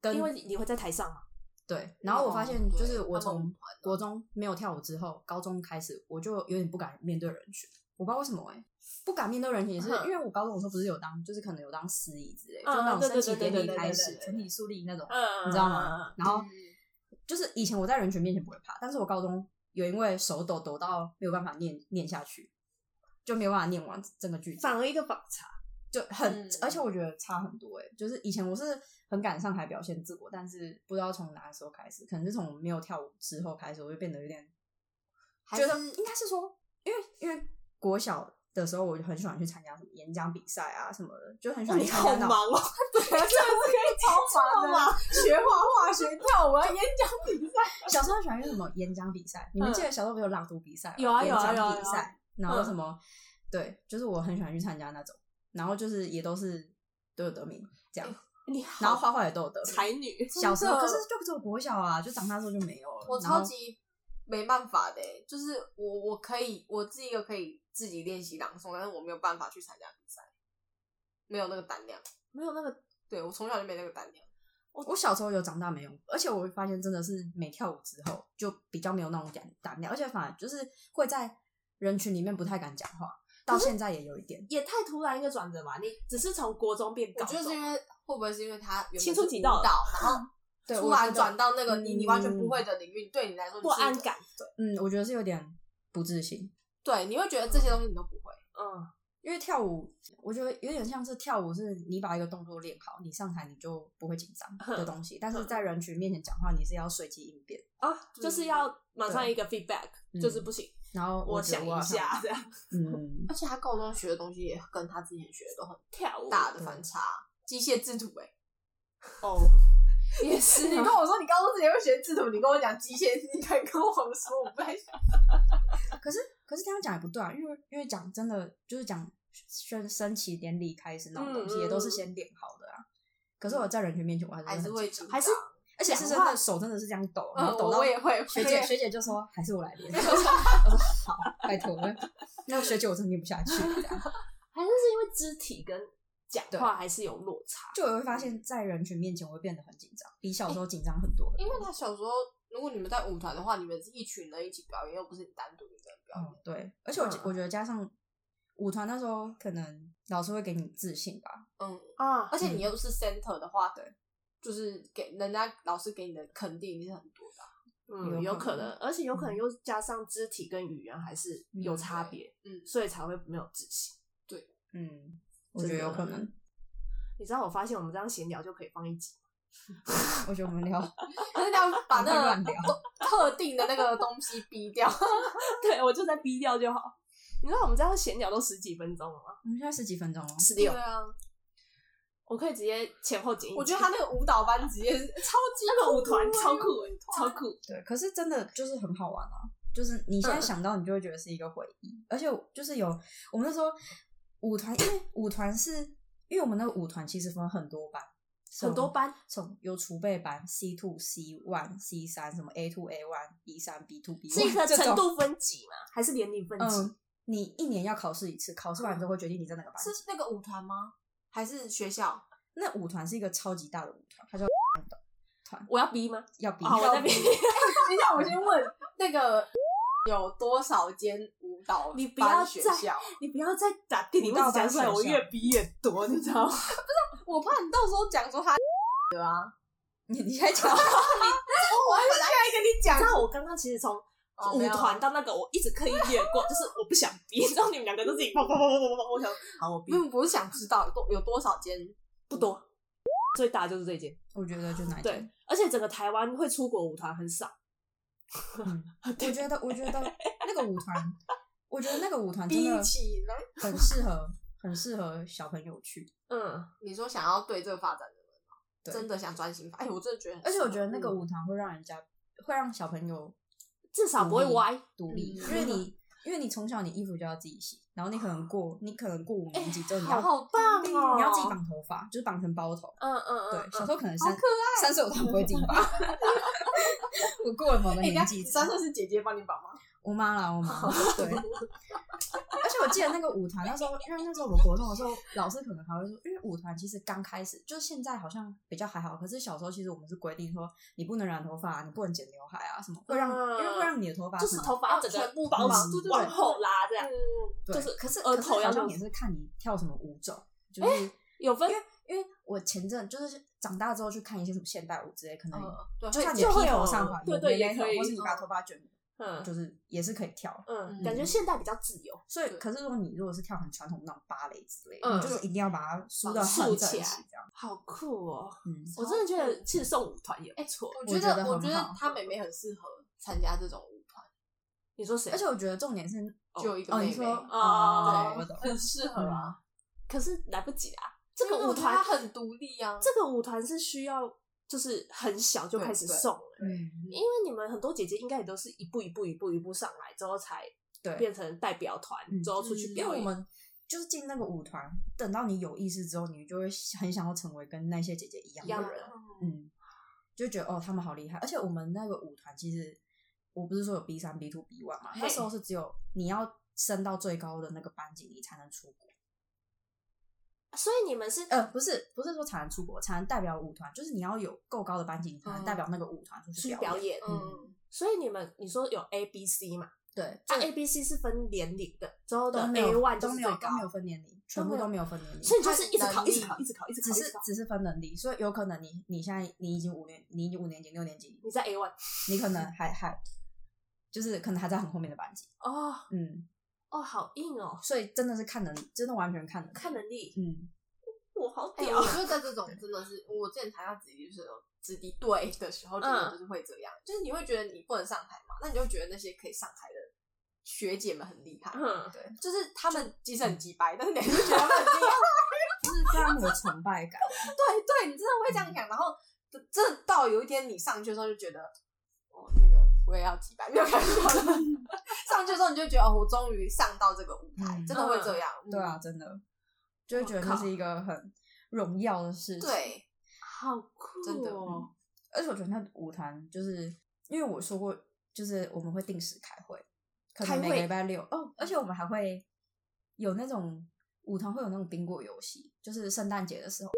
[SPEAKER 3] 跟
[SPEAKER 1] 嗯因为你哦会在台上嘛。
[SPEAKER 3] 对，然后我发现
[SPEAKER 2] 对
[SPEAKER 3] 就是我
[SPEAKER 2] 他们舞
[SPEAKER 3] 从
[SPEAKER 1] 啊
[SPEAKER 3] 国中没有跳舞之后，高中开始我就有点不敢面对人群，我不知道为什么哎、不敢面对人群也是
[SPEAKER 1] 嗯
[SPEAKER 3] 因为我高中的时候不是有当，就是可能有当司仪之类，
[SPEAKER 1] 嗯
[SPEAKER 3] 就那
[SPEAKER 1] 对
[SPEAKER 3] 种
[SPEAKER 1] 对
[SPEAKER 3] 身体
[SPEAKER 1] 对对
[SPEAKER 3] 给
[SPEAKER 1] 对
[SPEAKER 3] 力
[SPEAKER 1] 对
[SPEAKER 3] 开
[SPEAKER 1] 对
[SPEAKER 3] 始、
[SPEAKER 1] 对
[SPEAKER 3] 全体树立那种，
[SPEAKER 1] 嗯
[SPEAKER 3] 你知道吗？？然后
[SPEAKER 2] 嗯
[SPEAKER 3] 就是以前我在人群面前不会怕，但是我高中有因为手抖抖到没有办法念念下去，就没有办法念完整个句子，
[SPEAKER 1] 反而一个反差，
[SPEAKER 3] 就很、
[SPEAKER 2] 嗯
[SPEAKER 3] 而且我觉得差很多哎、就是以前我是很敢上台表现自我，但是不知道从哪个时候开始，可能是从没有跳舞之后开始，我就变得有点
[SPEAKER 2] 还
[SPEAKER 3] 觉得
[SPEAKER 2] 是
[SPEAKER 3] 应该是说，因为因为国小的时候我就很喜欢去参加什么演讲比赛啊什么的，就很喜欢去
[SPEAKER 1] 你
[SPEAKER 3] 参
[SPEAKER 1] 好
[SPEAKER 3] 加那种
[SPEAKER 1] 忙哦，
[SPEAKER 2] 真的是超
[SPEAKER 1] 超啊
[SPEAKER 2] 忙的， *laughs* 学画画、学跳舞、演讲比赛。
[SPEAKER 3] 小时候喜欢去什么演讲比赛，你们记得小时候不是有朗读比赛吗，
[SPEAKER 1] 嗯有啊有啊
[SPEAKER 3] 演
[SPEAKER 1] 有啊
[SPEAKER 3] 讲
[SPEAKER 1] 有啊
[SPEAKER 3] 比赛，然后什么，对，就是我很喜欢去参加那种，然后就是也都是都有得名这样，
[SPEAKER 1] 你
[SPEAKER 3] 然
[SPEAKER 1] 好
[SPEAKER 3] 后画画也都有得名。
[SPEAKER 1] 才女，
[SPEAKER 3] 小时候
[SPEAKER 2] 真的
[SPEAKER 3] 可是就只有国小啊，就长大之后就没有了。
[SPEAKER 2] 我
[SPEAKER 3] 然后
[SPEAKER 2] 超级没办法的欸、就是我我可以我是一个可以自己练习朗诵，但是我没有办法去参加比赛，没有那个胆量。
[SPEAKER 1] 没有那个
[SPEAKER 2] 对我从小就没那个胆量。
[SPEAKER 3] 我小时候有长大没有，而且我会发现真的是没跳舞之后就比较没有那种胆胆量，而且反而就是会在人群里面不太敢讲话，到现在也有一点。
[SPEAKER 1] 也太突然一个转折吧？你只是从国中变
[SPEAKER 2] 我
[SPEAKER 1] 高
[SPEAKER 2] 觉得是
[SPEAKER 1] 中，
[SPEAKER 2] 因为会不会是因为他原本
[SPEAKER 1] 青春
[SPEAKER 2] 是
[SPEAKER 1] 期
[SPEAKER 2] 舞
[SPEAKER 3] *laughs*
[SPEAKER 1] 到了
[SPEAKER 2] 蹈，然后
[SPEAKER 3] 对
[SPEAKER 2] 突
[SPEAKER 3] 我觉
[SPEAKER 2] 然
[SPEAKER 3] 得
[SPEAKER 2] 转到那个你你完全不
[SPEAKER 3] 嗯
[SPEAKER 2] 会的领域，对你来说你
[SPEAKER 1] 不
[SPEAKER 2] 是一
[SPEAKER 1] 安
[SPEAKER 2] 个
[SPEAKER 1] 感，对，
[SPEAKER 3] 嗯，我觉得是有点不自信。
[SPEAKER 2] 对，你会觉得这些东西你都不会。
[SPEAKER 1] 嗯，
[SPEAKER 3] 因为跳舞，我觉得有点像是跳舞，是你把一个动作练好，你上台你就不会紧张的东西。但是在人群面前讲话，你是要随机应变。
[SPEAKER 1] 啊，就是要马上
[SPEAKER 3] 对
[SPEAKER 1] 一个 feedback，
[SPEAKER 3] 嗯
[SPEAKER 1] 就是不行，
[SPEAKER 3] 然后
[SPEAKER 1] 我
[SPEAKER 3] 觉得
[SPEAKER 1] 想
[SPEAKER 3] 我
[SPEAKER 1] 一
[SPEAKER 3] 好像
[SPEAKER 1] 下，这样
[SPEAKER 3] 嗯，
[SPEAKER 2] 而且他高中学的东西也跟他之前学的都很
[SPEAKER 1] 跳舞
[SPEAKER 2] 大的反差，机械制图哎、
[SPEAKER 1] 哦， *laughs* 也是
[SPEAKER 2] *laughs* 你跟我说你高中之前会学制图，你跟我讲机械，你敢跟我说我不太想？
[SPEAKER 3] 可是可是这样讲也不对啊，因为因为讲真的就是讲升升旗典礼开始那种东西，
[SPEAKER 1] 嗯嗯
[SPEAKER 3] 也都是先练好的啊。可是我在人群面前，我还
[SPEAKER 2] 还
[SPEAKER 3] 是
[SPEAKER 2] 是
[SPEAKER 3] 会
[SPEAKER 2] 会
[SPEAKER 3] 很
[SPEAKER 2] 紧
[SPEAKER 3] 紧
[SPEAKER 2] 张
[SPEAKER 3] 张，还是而且是真
[SPEAKER 1] 讲
[SPEAKER 3] 的
[SPEAKER 1] 话
[SPEAKER 3] 手真的是这样抖，然
[SPEAKER 2] 嗯，
[SPEAKER 3] 后抖
[SPEAKER 2] 我
[SPEAKER 3] 到
[SPEAKER 2] 我也会，
[SPEAKER 3] 学
[SPEAKER 2] 我
[SPEAKER 3] 姐
[SPEAKER 2] 也
[SPEAKER 3] 学姐就说还是我来
[SPEAKER 1] *laughs*
[SPEAKER 3] 练，我说好，拜托，那学姐我真的练不下去这样。
[SPEAKER 1] 还是是因为肢体跟讲
[SPEAKER 3] 对
[SPEAKER 1] 话还是有落差，
[SPEAKER 3] 就我会发现，在人群面前我会变得很紧张，比小时候紧张很多。
[SPEAKER 2] 因为他小时候，如果你们在舞团的话，你们是一群人一起表演，又不是你单独一个人表演。
[SPEAKER 3] 嗯，对，而且我、
[SPEAKER 1] 嗯
[SPEAKER 3] 我觉得加上舞团那时候，可能老师会给你自信吧。
[SPEAKER 2] 嗯，
[SPEAKER 1] 啊
[SPEAKER 2] 而且你又是 center 的话，对，就是给人家老师给你的肯定一定是很多的啊。
[SPEAKER 1] 嗯，
[SPEAKER 3] 有
[SPEAKER 1] 有
[SPEAKER 3] 可
[SPEAKER 1] 可
[SPEAKER 3] 能
[SPEAKER 1] 能，而且有可能又加上肢体跟语言还是有
[SPEAKER 3] 嗯
[SPEAKER 1] 差
[SPEAKER 2] 对
[SPEAKER 1] 别，
[SPEAKER 2] 嗯
[SPEAKER 1] 所以才会没有自信。
[SPEAKER 3] 嗯，我觉得有可能。
[SPEAKER 1] 你知道，我发现我们这样闲聊就可以放一集，
[SPEAKER 3] 我觉得我
[SPEAKER 2] *laughs*
[SPEAKER 3] 们聊，
[SPEAKER 2] 可是你要把那
[SPEAKER 3] 很乱
[SPEAKER 2] 个
[SPEAKER 3] 聊
[SPEAKER 2] 特定的那个东西逼掉。
[SPEAKER 1] 对我就在逼掉就好。你知道我们这样闲聊都十几分钟了吗？
[SPEAKER 3] 我们现在十几分钟了，
[SPEAKER 1] 十
[SPEAKER 2] 对，啊，
[SPEAKER 1] 我可以直接前后剪一集。
[SPEAKER 2] 我觉得他那个舞蹈班直接是超级
[SPEAKER 1] 那个舞团
[SPEAKER 2] 酷欸
[SPEAKER 1] 超酷哎、超酷。
[SPEAKER 3] 对，可是真的就是很好玩啊！就是你现
[SPEAKER 2] 嗯
[SPEAKER 3] 在想到，你就会觉得是一个回忆，而且就是有我们那时候舞团，因为舞团是因为我们那个舞团其实分很多班，
[SPEAKER 1] 很多班，
[SPEAKER 3] 从有储备班 C two、C one、C 三，什么 A two、A one、B 三、B two、B
[SPEAKER 1] 是一个
[SPEAKER 3] one 这
[SPEAKER 1] 程
[SPEAKER 3] 种。
[SPEAKER 1] 度分级嘛，还是年龄分级？
[SPEAKER 3] 嗯，你一年要考试一次，考试完之后会决定你在哪个班级
[SPEAKER 2] 是。那个舞团吗？还是学校？
[SPEAKER 3] 那舞团是一个超级大的舞团，它叫
[SPEAKER 1] 我要逼吗？
[SPEAKER 3] 要比
[SPEAKER 1] 好，哦我在逼。
[SPEAKER 2] *laughs*
[SPEAKER 1] *laughs*
[SPEAKER 2] 等一下，我先问 *laughs* 那个有多少间舞蹈班
[SPEAKER 1] 你不要
[SPEAKER 2] 学
[SPEAKER 1] 再
[SPEAKER 2] 校？
[SPEAKER 1] 你不要再打地理位置讲出来，我越逼越多，你知道 *laughs* 吗？
[SPEAKER 2] *laughs* 我怕你到时候讲说他，
[SPEAKER 3] 你 *laughs* 你在
[SPEAKER 1] 哦
[SPEAKER 3] 讲，
[SPEAKER 2] *laughs* 我还是下一跟你讲
[SPEAKER 1] 你知道我刚刚其实从
[SPEAKER 2] 哦没
[SPEAKER 1] 舞
[SPEAKER 2] 有
[SPEAKER 1] 团到那个，我一直刻意略过，就是我不想逼， *laughs* 你知道你们两个都自己砰砰砰砰砰砰砰，我想好我逼
[SPEAKER 2] 并 *laughs* 不是想知道多有多少间，
[SPEAKER 1] 不多，最大就是这一间。
[SPEAKER 3] 我觉得就哪一
[SPEAKER 1] 对哦
[SPEAKER 3] 间？，
[SPEAKER 1] 而且整个台湾会出国舞团很少，
[SPEAKER 3] 嗯我觉得，我觉得那个舞团，我觉得那个舞团真
[SPEAKER 2] 比
[SPEAKER 3] 的
[SPEAKER 2] 起来，
[SPEAKER 3] 很适合，很适合小朋友去。
[SPEAKER 1] 嗯，
[SPEAKER 2] 你说想要对这个发展的人吗，
[SPEAKER 3] 对
[SPEAKER 2] 真的想专心发，哎，我真的觉得很
[SPEAKER 3] 而
[SPEAKER 2] 适
[SPEAKER 3] 且
[SPEAKER 2] 合，
[SPEAKER 3] 我觉得那个舞团会让人家，会让小朋友
[SPEAKER 1] 至少不会歪。
[SPEAKER 3] 独立，
[SPEAKER 2] 嗯
[SPEAKER 3] 因为
[SPEAKER 2] *laughs*
[SPEAKER 3] 你，因为你从小你衣服就要自己洗，然后你可能过，你可能过五年级之后你要、
[SPEAKER 2] 哎好棒
[SPEAKER 1] 你
[SPEAKER 2] 哦，
[SPEAKER 3] 你要自己绑头发，就是绑成包头。
[SPEAKER 1] 嗯嗯
[SPEAKER 3] 对
[SPEAKER 1] 嗯，，
[SPEAKER 3] 小时候可能
[SPEAKER 2] 好
[SPEAKER 3] 三
[SPEAKER 2] 可
[SPEAKER 3] 三岁我当然不会自己
[SPEAKER 2] *laughs*
[SPEAKER 3] 绑，*laughs* 我过了某个
[SPEAKER 2] 哎，人家
[SPEAKER 3] 年纪
[SPEAKER 2] 你
[SPEAKER 3] 之后
[SPEAKER 2] 三，岁是姐姐帮你绑吗？
[SPEAKER 3] 我妈啦，我妈
[SPEAKER 1] 哦
[SPEAKER 3] 对。 *laughs* 而且我记得那个舞团那时候，因为那时候我们国中的时候，老师可能还会说，因为舞团其实刚开始，就是现在好像比较还好，可是小时候其实我们是规定说，你不能染头发，你不能剪牛海啊，什么会让，
[SPEAKER 1] 嗯
[SPEAKER 3] 因为会让你的头发
[SPEAKER 1] 就是
[SPEAKER 3] 什么
[SPEAKER 1] 头发要嗯整
[SPEAKER 2] 全
[SPEAKER 1] 个
[SPEAKER 2] 部
[SPEAKER 1] 包
[SPEAKER 3] 绑
[SPEAKER 1] 起
[SPEAKER 3] 对对对
[SPEAKER 1] 往后拉这样，
[SPEAKER 2] 嗯，
[SPEAKER 3] 对
[SPEAKER 1] 就是
[SPEAKER 3] 可是
[SPEAKER 1] 额
[SPEAKER 3] 可是
[SPEAKER 1] 头要
[SPEAKER 3] 好
[SPEAKER 1] 这样
[SPEAKER 3] 像也是看你跳什么舞种，就是
[SPEAKER 1] 有分
[SPEAKER 3] 因为我前阵就是长大之后去看一些什么现代舞之类，可能
[SPEAKER 2] 呃，对，
[SPEAKER 3] 就像你
[SPEAKER 2] 就
[SPEAKER 3] 的
[SPEAKER 1] 嗯会
[SPEAKER 3] 披头
[SPEAKER 1] 有
[SPEAKER 3] 散发，
[SPEAKER 1] 对对
[SPEAKER 3] 有
[SPEAKER 1] 也可
[SPEAKER 3] 那种
[SPEAKER 1] 以
[SPEAKER 3] 或是你把头发卷，
[SPEAKER 1] 嗯
[SPEAKER 3] 就是也是可以跳。
[SPEAKER 1] 嗯，
[SPEAKER 2] 嗯
[SPEAKER 1] 感觉现在比较自由，
[SPEAKER 3] 所以，
[SPEAKER 2] 对
[SPEAKER 3] 可是如果你如果是跳很传统那种芭蕾之类的，
[SPEAKER 1] 嗯
[SPEAKER 3] 你就是一定要把它梳
[SPEAKER 1] 把
[SPEAKER 3] 到
[SPEAKER 1] 它
[SPEAKER 3] 很
[SPEAKER 1] 竖
[SPEAKER 3] 整
[SPEAKER 1] 起
[SPEAKER 3] 齐
[SPEAKER 1] 来
[SPEAKER 3] 这样。
[SPEAKER 1] 好酷哦！
[SPEAKER 3] 嗯，
[SPEAKER 1] 我真的觉得其实送舞团也不错。
[SPEAKER 2] 我
[SPEAKER 3] 哎我
[SPEAKER 2] 觉
[SPEAKER 3] 觉得
[SPEAKER 2] 得我
[SPEAKER 3] 很
[SPEAKER 2] 觉得
[SPEAKER 3] 好
[SPEAKER 2] 她妹妹很适合参加这种舞团，
[SPEAKER 1] 你说谁？啊
[SPEAKER 3] 而且我觉得重点是，
[SPEAKER 2] 就有一个
[SPEAKER 3] 哦，
[SPEAKER 2] 妹
[SPEAKER 3] 你
[SPEAKER 2] 妹，
[SPEAKER 3] 说
[SPEAKER 1] 哦
[SPEAKER 3] 哦，我懂。
[SPEAKER 2] 很适合啊。
[SPEAKER 1] 可是来不及啊！这个
[SPEAKER 2] 因为
[SPEAKER 1] 舞
[SPEAKER 2] 我觉得她
[SPEAKER 1] 团
[SPEAKER 2] 很独立啊，
[SPEAKER 1] 这个舞团是需要就是很小就开始送了，
[SPEAKER 3] 嗯，
[SPEAKER 1] 因为你们很多姐姐应该也都是一步一步一步一步上来之后才
[SPEAKER 3] 对，
[SPEAKER 1] 变成代表团，
[SPEAKER 3] 嗯
[SPEAKER 1] 之后出去
[SPEAKER 2] 嗯
[SPEAKER 3] 因
[SPEAKER 1] 表
[SPEAKER 3] 为我
[SPEAKER 1] 演。
[SPEAKER 3] 们就是进那个舞团，等到你有意识之后，你就会很想要成为跟那些姐姐一样
[SPEAKER 1] 一样
[SPEAKER 3] 的
[SPEAKER 1] 的
[SPEAKER 3] 人
[SPEAKER 1] 人。
[SPEAKER 3] 嗯，就觉得哦，他们好厉害。而且我们那个舞团其实，我不是说有 B 三、B two、B one 嘛，
[SPEAKER 1] 嘿
[SPEAKER 3] 那时候是只有你要升到最高的那个班级，你才能出国。
[SPEAKER 1] 所以你们是
[SPEAKER 3] 呃，不是，不是说才能出国，才能代表舞团，就是你要有够高的班级，你才能代表那个舞团出
[SPEAKER 1] 去
[SPEAKER 3] 去
[SPEAKER 1] 表
[SPEAKER 3] 表演。
[SPEAKER 1] 演，
[SPEAKER 2] 嗯，
[SPEAKER 1] 所以你们你说有 A B C 嘛？
[SPEAKER 3] 对，
[SPEAKER 1] 那
[SPEAKER 3] 这
[SPEAKER 1] A B C 是分年龄的，之后的
[SPEAKER 3] 都没
[SPEAKER 1] A
[SPEAKER 3] 有
[SPEAKER 1] one 就
[SPEAKER 3] 都
[SPEAKER 1] 是
[SPEAKER 3] 没
[SPEAKER 1] 最
[SPEAKER 3] 有
[SPEAKER 1] 高
[SPEAKER 3] 都没，有分年龄，全部都没有分年龄。
[SPEAKER 1] 所以你就是一直考，
[SPEAKER 2] 看
[SPEAKER 1] 一直考，
[SPEAKER 2] 能力
[SPEAKER 1] 一直考，一直考，
[SPEAKER 3] 只
[SPEAKER 1] 一直
[SPEAKER 3] 是
[SPEAKER 1] 考。
[SPEAKER 3] 只是分能力，所以有可能你你现在你已经五年，你已经五年级、六年级，
[SPEAKER 1] 你在 A one
[SPEAKER 3] 你可能还还就是可能还在很后面的班级，
[SPEAKER 1] 哦
[SPEAKER 3] 嗯，
[SPEAKER 1] 哦，好硬哦，
[SPEAKER 3] 所以真的是看能力，真的完全看能力，
[SPEAKER 1] 看能力，
[SPEAKER 3] 嗯，
[SPEAKER 1] 我好
[SPEAKER 2] 哎、
[SPEAKER 1] 屌
[SPEAKER 2] 我。觉得在这种真的是，我之前谈到子弟就是有子弟队的时候，真的就是会这样，就是你会觉得你不能上台嘛，那你就会觉得那些可以上台的学姐们很厉害，
[SPEAKER 1] 嗯，
[SPEAKER 2] 就是他们即使很鸡掰，但是你还是觉得他们很厉害。
[SPEAKER 3] 就是 *laughs* 非常有崇拜感，
[SPEAKER 2] 对对，你真的会这样想，然后这到有一天你上去的时候就觉得，哦，那个我也要鸡掰，没有开玩笑的。 *laughs* 上去的时候你就觉得，哦，我终于上到这个舞台，
[SPEAKER 3] 嗯
[SPEAKER 2] 真的会这样，
[SPEAKER 3] 对啊，真的就会觉得这是一个很荣耀的事
[SPEAKER 2] 嗯，
[SPEAKER 3] 情，，
[SPEAKER 2] 对，
[SPEAKER 1] 好酷哦！
[SPEAKER 2] 真的
[SPEAKER 3] 而且我觉得那舞团就是因为我说过，就是我们会定时开会，可能
[SPEAKER 1] 开
[SPEAKER 3] 每
[SPEAKER 1] 会
[SPEAKER 3] 个礼拜六哦，而且我们还会有那种舞团会有那种宾果游戏，就是圣诞节的时候。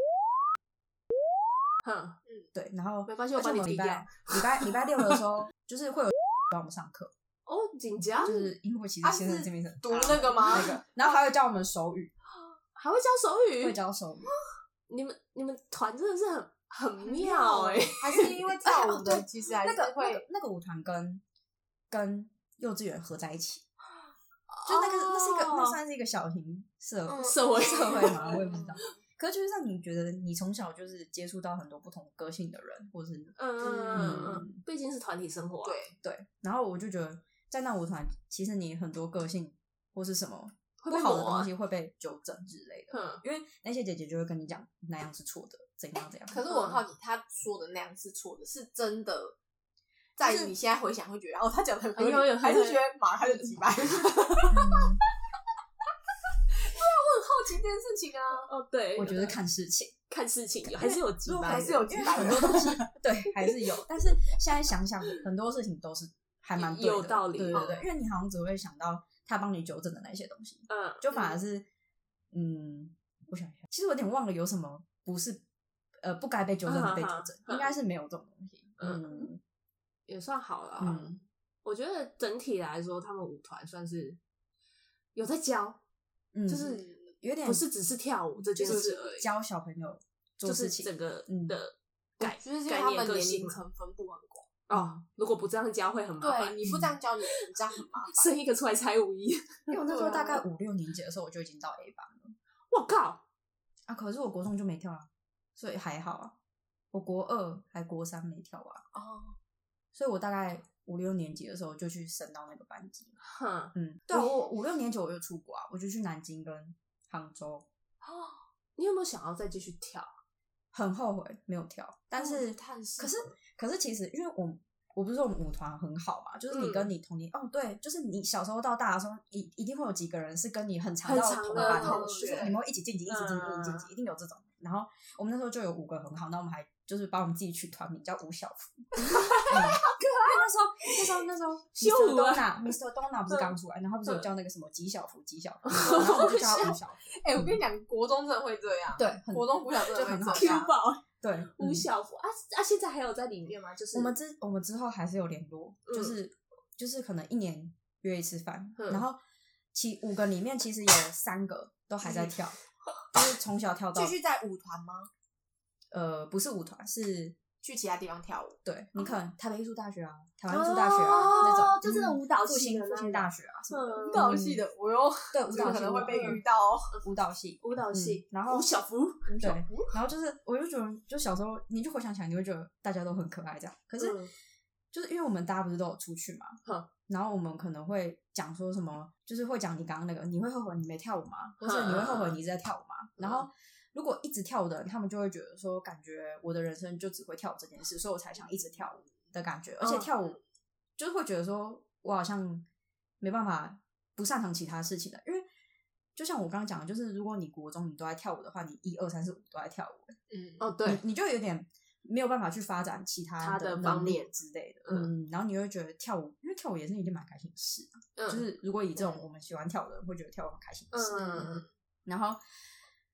[SPEAKER 1] 哼，
[SPEAKER 3] 对，然后
[SPEAKER 1] 没关系
[SPEAKER 3] 而
[SPEAKER 1] 我
[SPEAKER 3] 且
[SPEAKER 1] 帮你
[SPEAKER 3] 们礼
[SPEAKER 1] 低调
[SPEAKER 3] 拜礼拜礼拜六的
[SPEAKER 1] *laughs*
[SPEAKER 3] 时候，就是会有 *laughs* 帮我们上课，
[SPEAKER 1] 哦，紧张，
[SPEAKER 3] 就是因为其实
[SPEAKER 2] 啊
[SPEAKER 3] 先生
[SPEAKER 2] 是
[SPEAKER 3] 这边是很
[SPEAKER 2] 读
[SPEAKER 3] 大
[SPEAKER 2] 那个吗？
[SPEAKER 3] 那个，然后还会教我们手语，
[SPEAKER 1] 还会教手语，
[SPEAKER 3] 会教手语，
[SPEAKER 1] 你们你们团真的是很很妙哎、 *laughs* 欸，
[SPEAKER 2] 还是因为跳舞
[SPEAKER 3] 哎
[SPEAKER 2] 的
[SPEAKER 3] 哦对
[SPEAKER 2] 其实还
[SPEAKER 3] 那
[SPEAKER 2] 是
[SPEAKER 3] 个那
[SPEAKER 2] 会
[SPEAKER 3] 个那个舞团跟跟幼稚园合在一起，就那个、那是一个那算是一个小型社、
[SPEAKER 2] 嗯
[SPEAKER 1] 社会
[SPEAKER 3] 社
[SPEAKER 2] *laughs*
[SPEAKER 3] 会嘛，我也不知道。可是就是让你觉得你从小就是接触到很多不同个性的人，或是
[SPEAKER 1] 嗯嗯
[SPEAKER 3] 嗯
[SPEAKER 1] 嗯，毕竟是团体生活、啊，
[SPEAKER 2] 对，
[SPEAKER 3] 对，然后我就觉得在那舞团，其实你很多个性或是什么
[SPEAKER 1] 会
[SPEAKER 3] 不
[SPEAKER 1] 被
[SPEAKER 3] 好的
[SPEAKER 1] 磨啊
[SPEAKER 3] 东西会被纠正之类的，
[SPEAKER 1] 嗯，
[SPEAKER 3] 因为那些姐姐就会跟你讲那样是错的，怎样怎样。嗯
[SPEAKER 2] 可是我很好奇，他说的那样是错的，是真的。在
[SPEAKER 3] 就是
[SPEAKER 2] 你现在回想会觉得，哦，他讲的很合
[SPEAKER 1] 很有
[SPEAKER 2] 理，
[SPEAKER 1] 有
[SPEAKER 2] 还是
[SPEAKER 1] 很有
[SPEAKER 2] 觉得马他就几百？
[SPEAKER 3] 嗯
[SPEAKER 2] 好奇这件事情啊，
[SPEAKER 1] 哦对，
[SPEAKER 3] 我觉得看事情，
[SPEAKER 1] 看事情有还是有几
[SPEAKER 2] 如果
[SPEAKER 1] 百
[SPEAKER 2] 还是有
[SPEAKER 3] 因
[SPEAKER 2] 几
[SPEAKER 3] 为
[SPEAKER 2] 百
[SPEAKER 3] 很多
[SPEAKER 2] 人，
[SPEAKER 3] 东西对还是有，但是现在想想，很多事情都是还蛮对的
[SPEAKER 1] 有道理
[SPEAKER 3] 对对对
[SPEAKER 1] 哦，
[SPEAKER 3] 因为你好像只会想到他帮你纠正的那些东西，
[SPEAKER 1] 嗯
[SPEAKER 3] 就反而是嗯，我想一下，其实我有点忘了有什么不是呃不该被纠正的被纠正，
[SPEAKER 1] 嗯嗯嗯
[SPEAKER 3] 应该是没有这种东西。
[SPEAKER 1] 嗯
[SPEAKER 3] 嗯
[SPEAKER 1] 也算好了、啊
[SPEAKER 3] 嗯，
[SPEAKER 1] 我觉得整体来说，他们舞团算是有在教，
[SPEAKER 3] 嗯，
[SPEAKER 1] 就是
[SPEAKER 3] 有点
[SPEAKER 1] 不是只是跳舞这
[SPEAKER 3] 就
[SPEAKER 1] 件事而
[SPEAKER 3] 是
[SPEAKER 1] 已，
[SPEAKER 3] 教小朋友
[SPEAKER 1] 就
[SPEAKER 3] 做
[SPEAKER 1] 是
[SPEAKER 3] 事情，
[SPEAKER 1] 整个
[SPEAKER 3] 嗯
[SPEAKER 1] 的
[SPEAKER 2] 我
[SPEAKER 1] 概
[SPEAKER 2] 觉得是因为
[SPEAKER 1] 概
[SPEAKER 2] 他
[SPEAKER 1] 念
[SPEAKER 2] 们
[SPEAKER 1] 个
[SPEAKER 2] 年
[SPEAKER 1] 性
[SPEAKER 2] 龄
[SPEAKER 1] 嘛。
[SPEAKER 2] 层分布很广。
[SPEAKER 1] 哦，如果不这样教会很麻
[SPEAKER 2] 对
[SPEAKER 1] 烦，
[SPEAKER 2] 你不这样教你，你这样很麻烦。
[SPEAKER 1] 生一个出来猜五一，
[SPEAKER 3] 因为我那时候大
[SPEAKER 2] 对啊
[SPEAKER 3] 概五六年级的时候，我就已经到 A 班了
[SPEAKER 1] *laughs* 我靠，
[SPEAKER 3] 啊，可是我国中就没跳了，所以还好啊。我国二还国三没跳啊，
[SPEAKER 2] 哦，
[SPEAKER 3] 所以我大概五六年级的时候就去升到那个班级了。
[SPEAKER 1] 哼，
[SPEAKER 3] 嗯，对啊、我五六年级我就出国啊，我就去南京跟杭州，哦
[SPEAKER 1] 你有没有想要再继续跳？
[SPEAKER 3] 很后悔没有跳，
[SPEAKER 2] 哦
[SPEAKER 3] 但是
[SPEAKER 2] 探视
[SPEAKER 3] 可是可是其实因为我我不是说我们舞团很好嘛，就是你
[SPEAKER 1] 嗯
[SPEAKER 3] 跟你同龄、哦，对，就是你小时候到大的时候，一一定会有几个人是跟你很常
[SPEAKER 1] 很
[SPEAKER 3] 到
[SPEAKER 1] 常
[SPEAKER 3] 同
[SPEAKER 1] 的
[SPEAKER 3] 班
[SPEAKER 2] 同
[SPEAKER 3] 就是
[SPEAKER 2] 学
[SPEAKER 3] 你们会一起晋级，一起晋级，一起晋
[SPEAKER 1] 嗯
[SPEAKER 3] 级，一定有这种。然后我们那时候就有五个很好，那我们还就是把我们自己取团名叫吴小福， *laughs* 嗯因为那时候那时候那时候 Mr.
[SPEAKER 1] *laughs* 羞辱啊
[SPEAKER 3] Donna Mr. Donna 不是
[SPEAKER 1] 嗯
[SPEAKER 3] 刚出来，然后他不是有
[SPEAKER 1] 嗯
[SPEAKER 3] 叫那个什么吉小福吉小
[SPEAKER 1] *laughs*
[SPEAKER 3] 福，然后我们就叫他吴小福，
[SPEAKER 2] 哎、我跟你讲，国中真的会这样，
[SPEAKER 3] 对，很
[SPEAKER 2] 国中国小真的
[SPEAKER 3] 就
[SPEAKER 2] 会
[SPEAKER 3] 很
[SPEAKER 2] 这
[SPEAKER 3] 好
[SPEAKER 2] 样。
[SPEAKER 3] 笑
[SPEAKER 1] Q 宝
[SPEAKER 3] 对
[SPEAKER 1] 吴
[SPEAKER 3] 嗯
[SPEAKER 1] 小福啊啊，现在还有在里面吗？就是哦
[SPEAKER 3] 我们之我们之后还是有联络，
[SPEAKER 1] 嗯
[SPEAKER 3] 就是就是可能一年约一次饭，
[SPEAKER 1] 嗯
[SPEAKER 3] 然后其五个里面其实有三个都还在跳，
[SPEAKER 1] 嗯
[SPEAKER 3] 就是从小跳到
[SPEAKER 2] 继续在舞团吗？
[SPEAKER 3] 呃不是舞团是。
[SPEAKER 2] 去其他地方跳舞？
[SPEAKER 3] 对你可能台北艺术大学啊，台湾艺术大学啊、
[SPEAKER 1] 哦
[SPEAKER 3] 那种，
[SPEAKER 1] 就是那
[SPEAKER 3] 嗯
[SPEAKER 1] 种舞蹈
[SPEAKER 3] 复
[SPEAKER 1] 系
[SPEAKER 3] 兴
[SPEAKER 1] 的
[SPEAKER 3] 复
[SPEAKER 1] 那
[SPEAKER 3] 兴
[SPEAKER 1] 种
[SPEAKER 3] 大学啊什么
[SPEAKER 1] 嗯
[SPEAKER 2] 舞蹈系的，我又
[SPEAKER 3] 的，对舞
[SPEAKER 2] 这
[SPEAKER 3] 蹈
[SPEAKER 2] 个
[SPEAKER 3] 系
[SPEAKER 2] 可能会被
[SPEAKER 3] 嗯
[SPEAKER 2] 遇到哦。
[SPEAKER 3] 舞蹈系，
[SPEAKER 1] 舞蹈系
[SPEAKER 3] 嗯，然后
[SPEAKER 1] 吴小福，
[SPEAKER 3] 对，然后就是我就觉得，就小时候你就回想起来，你会觉得大家都很可爱这样，可是。
[SPEAKER 1] 嗯
[SPEAKER 3] 就是因为我们大家不是都有出去嘛，
[SPEAKER 1] 哼
[SPEAKER 3] 然后我们可能会讲说什么，就是会讲你刚刚那个，你会后悔你没跳舞吗？
[SPEAKER 1] 哼
[SPEAKER 3] 或者你会后
[SPEAKER 1] 啊
[SPEAKER 3] 悔你一直在跳舞吗？然后如果一直跳舞的人，他们就会觉得说，感觉我的人生就只会跳舞这件事，所以我才想一直跳舞的感觉。
[SPEAKER 1] 嗯
[SPEAKER 3] 而且跳舞就是会觉得说我好像没办法不擅长其他事情的，因为就像我刚刚讲的，就是如果你国中你都在跳舞的话，你一二三四五都在跳舞，
[SPEAKER 2] 嗯，
[SPEAKER 1] 哦对，
[SPEAKER 3] 你你就有点没有办法去发展其他
[SPEAKER 1] 他的
[SPEAKER 3] 能
[SPEAKER 1] 方
[SPEAKER 3] 力
[SPEAKER 1] 面
[SPEAKER 3] 之类的，嗯，然后你会觉得跳舞，因为跳舞也是一件蛮开心的事啊、
[SPEAKER 1] 嗯
[SPEAKER 3] 就是如果以这种我们喜欢跳舞的人会觉得跳舞很开心的事，
[SPEAKER 1] 嗯嗯
[SPEAKER 3] 然后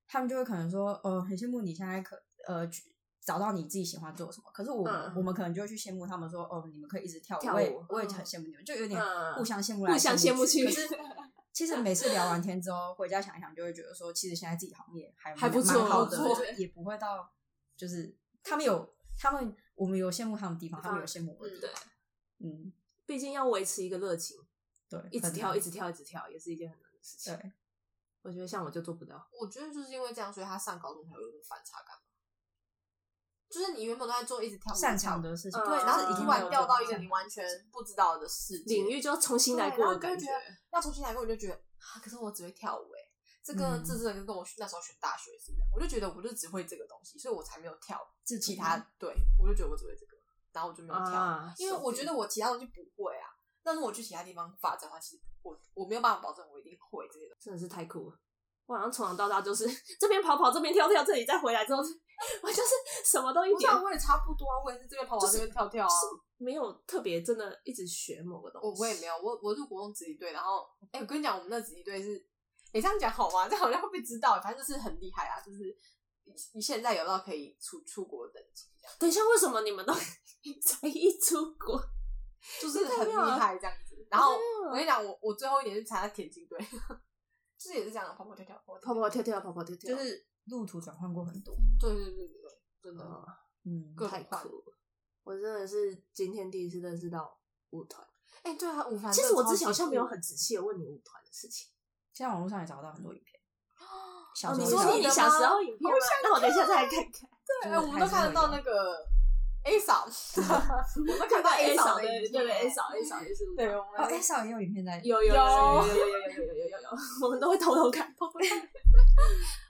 [SPEAKER 3] 他们就会可能说，呃，很羡慕你现在可呃去找到你自己喜欢做什么，可是我、
[SPEAKER 1] 嗯
[SPEAKER 3] 我们可能就会去羡慕他们说，哦，你们可以一直跳舞，
[SPEAKER 1] 跳舞
[SPEAKER 3] 我也我也
[SPEAKER 1] 嗯
[SPEAKER 3] 很羡慕你们，就有点
[SPEAKER 1] 嗯
[SPEAKER 3] 互相羡慕来
[SPEAKER 1] 互相羡慕去
[SPEAKER 3] 去，可是。其实每次聊完天之后，回家想一想，就会觉得说，其实现在自己行业还
[SPEAKER 1] 还不
[SPEAKER 3] 蛮
[SPEAKER 1] 错
[SPEAKER 3] 好的，
[SPEAKER 1] 不错
[SPEAKER 3] 就是也不会到就是他们有他们我们有羡慕他们的地方，他们有羡慕我的
[SPEAKER 1] 嗯
[SPEAKER 3] 地方，
[SPEAKER 1] 对，
[SPEAKER 3] 嗯，
[SPEAKER 1] 毕竟要维持一个热情，
[SPEAKER 3] 对，
[SPEAKER 1] 一直
[SPEAKER 3] 很
[SPEAKER 1] 跳
[SPEAKER 3] 难
[SPEAKER 1] 一直跳一直跳，也是一件很难的事情。
[SPEAKER 3] 对，
[SPEAKER 1] 我觉得像我就做不到，
[SPEAKER 2] 我觉得就是因为这样，所以他上高中才有一种反差感吧。就是你原本都在做一直跳舞，
[SPEAKER 3] 擅长
[SPEAKER 2] 的，
[SPEAKER 3] 的事情，
[SPEAKER 1] 嗯
[SPEAKER 2] 对，然
[SPEAKER 1] 嗯
[SPEAKER 2] 后你
[SPEAKER 3] 已经
[SPEAKER 2] 突
[SPEAKER 3] 没
[SPEAKER 2] 然
[SPEAKER 3] 有
[SPEAKER 2] 掉到一
[SPEAKER 3] 这
[SPEAKER 2] 个
[SPEAKER 3] 种
[SPEAKER 2] 你完全不知道的世界
[SPEAKER 1] 领域就要重新来
[SPEAKER 2] 对
[SPEAKER 1] 过
[SPEAKER 2] 然
[SPEAKER 1] 的
[SPEAKER 2] 后
[SPEAKER 1] 感
[SPEAKER 2] 就
[SPEAKER 1] 觉
[SPEAKER 2] 觉。得要重新来过，我就觉得啊，可是我只会跳舞哎、这个、
[SPEAKER 3] 嗯
[SPEAKER 2] 这真的跟跟我那时候选大学是一样，我就觉得我就只会这个东西，所以我才没有跳
[SPEAKER 3] 自己
[SPEAKER 2] 其他，对我就觉得我只会这个，然后我就没有
[SPEAKER 1] 嗯
[SPEAKER 2] 跳，
[SPEAKER 1] 啊
[SPEAKER 2] 因为我觉得我其他东西不会啊。但是我去其他地方发展的话，其实我我没有办法保证我一定会这些东西。
[SPEAKER 1] 真的是太酷了。我好像从小到大就是这边跑跑，这边跳跳，这里再回来之后，我就是什么都一
[SPEAKER 2] 我
[SPEAKER 1] 点
[SPEAKER 2] 想我也差不多啊，我也是这边跑
[SPEAKER 1] 就
[SPEAKER 2] 跑
[SPEAKER 1] 是
[SPEAKER 2] 这边跳跳啊。
[SPEAKER 1] 没有特别真的一直学某个东西。
[SPEAKER 2] 我我也没有，我我入国中子弟队，然后哎、我跟你讲，我们那子弟队是，你、这样讲好吗？ *laughs* 这样好像会被知道，反正就是很厉害啊，就是你你现在有到可以出出国的等级，这样
[SPEAKER 1] 等一下，为什么你们都 *laughs* 才一出国？
[SPEAKER 2] 就是很厉害这样子。然后我跟你讲，我我最后一年是参加田径队， *laughs* 就是也是这样啊跑跑跳跳，跑
[SPEAKER 1] 跑跑跳跳，跑跑跳跳，
[SPEAKER 3] 就是路途转换过很多，
[SPEAKER 2] 对对对对对，真的。
[SPEAKER 1] 嗯
[SPEAKER 3] 嗯，
[SPEAKER 2] 各
[SPEAKER 1] 太
[SPEAKER 2] 种换
[SPEAKER 1] 酷了！我真的是今天第一次认识到舞团。
[SPEAKER 2] 哎、对啊，舞团
[SPEAKER 1] 其
[SPEAKER 2] 真
[SPEAKER 1] 实
[SPEAKER 2] 的
[SPEAKER 1] 我
[SPEAKER 2] 超
[SPEAKER 1] 之前好
[SPEAKER 2] 级
[SPEAKER 1] 像没有
[SPEAKER 2] 酷
[SPEAKER 1] 很仔细的问你舞团的事情。
[SPEAKER 3] 现在网络上也找到很多影片。小
[SPEAKER 1] 哦，
[SPEAKER 3] 时
[SPEAKER 1] 你
[SPEAKER 3] 候
[SPEAKER 1] 说
[SPEAKER 3] 有
[SPEAKER 1] 你
[SPEAKER 2] 的
[SPEAKER 1] 小
[SPEAKER 2] 吗
[SPEAKER 1] 时候影片吗？那我等一下再来看看。
[SPEAKER 2] 对，
[SPEAKER 3] 就
[SPEAKER 2] 哎
[SPEAKER 3] 是
[SPEAKER 2] 我们都
[SPEAKER 3] 还是
[SPEAKER 2] 看得
[SPEAKER 3] 会
[SPEAKER 2] 到
[SPEAKER 3] 有
[SPEAKER 2] 那个 A 嫂， *laughs* 我们都看到 A 嫂
[SPEAKER 1] 嫂
[SPEAKER 2] 的
[SPEAKER 1] 的对
[SPEAKER 2] 影片
[SPEAKER 1] 对 A 嫂 A 嫂也是舞
[SPEAKER 2] 对，
[SPEAKER 1] 团
[SPEAKER 2] 我
[SPEAKER 3] 哦
[SPEAKER 2] 们
[SPEAKER 3] ，A 少也有影片在，
[SPEAKER 1] 有有有有有有有有有有有有，我们都会偷偷看。偷偷看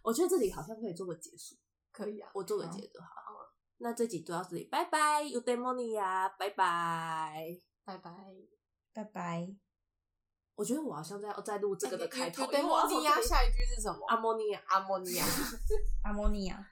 [SPEAKER 1] 我觉得这里好像可以做个结束，
[SPEAKER 2] 可以啊，
[SPEAKER 1] 我做个结束好了。那这集就到这里，拜拜，You d e m o n i a 拜拜。
[SPEAKER 2] 拜拜。
[SPEAKER 3] 拜拜。
[SPEAKER 1] 我觉得我好像在在录这个的开头，啊
[SPEAKER 2] 对，
[SPEAKER 1] 因为我要
[SPEAKER 2] 莫
[SPEAKER 1] 从
[SPEAKER 2] 尼
[SPEAKER 1] 这
[SPEAKER 2] 亚
[SPEAKER 1] 里
[SPEAKER 2] 下一句是什么？
[SPEAKER 1] 阿莫尼亚。
[SPEAKER 2] 阿莫尼亚。
[SPEAKER 3] 阿莫尼亚。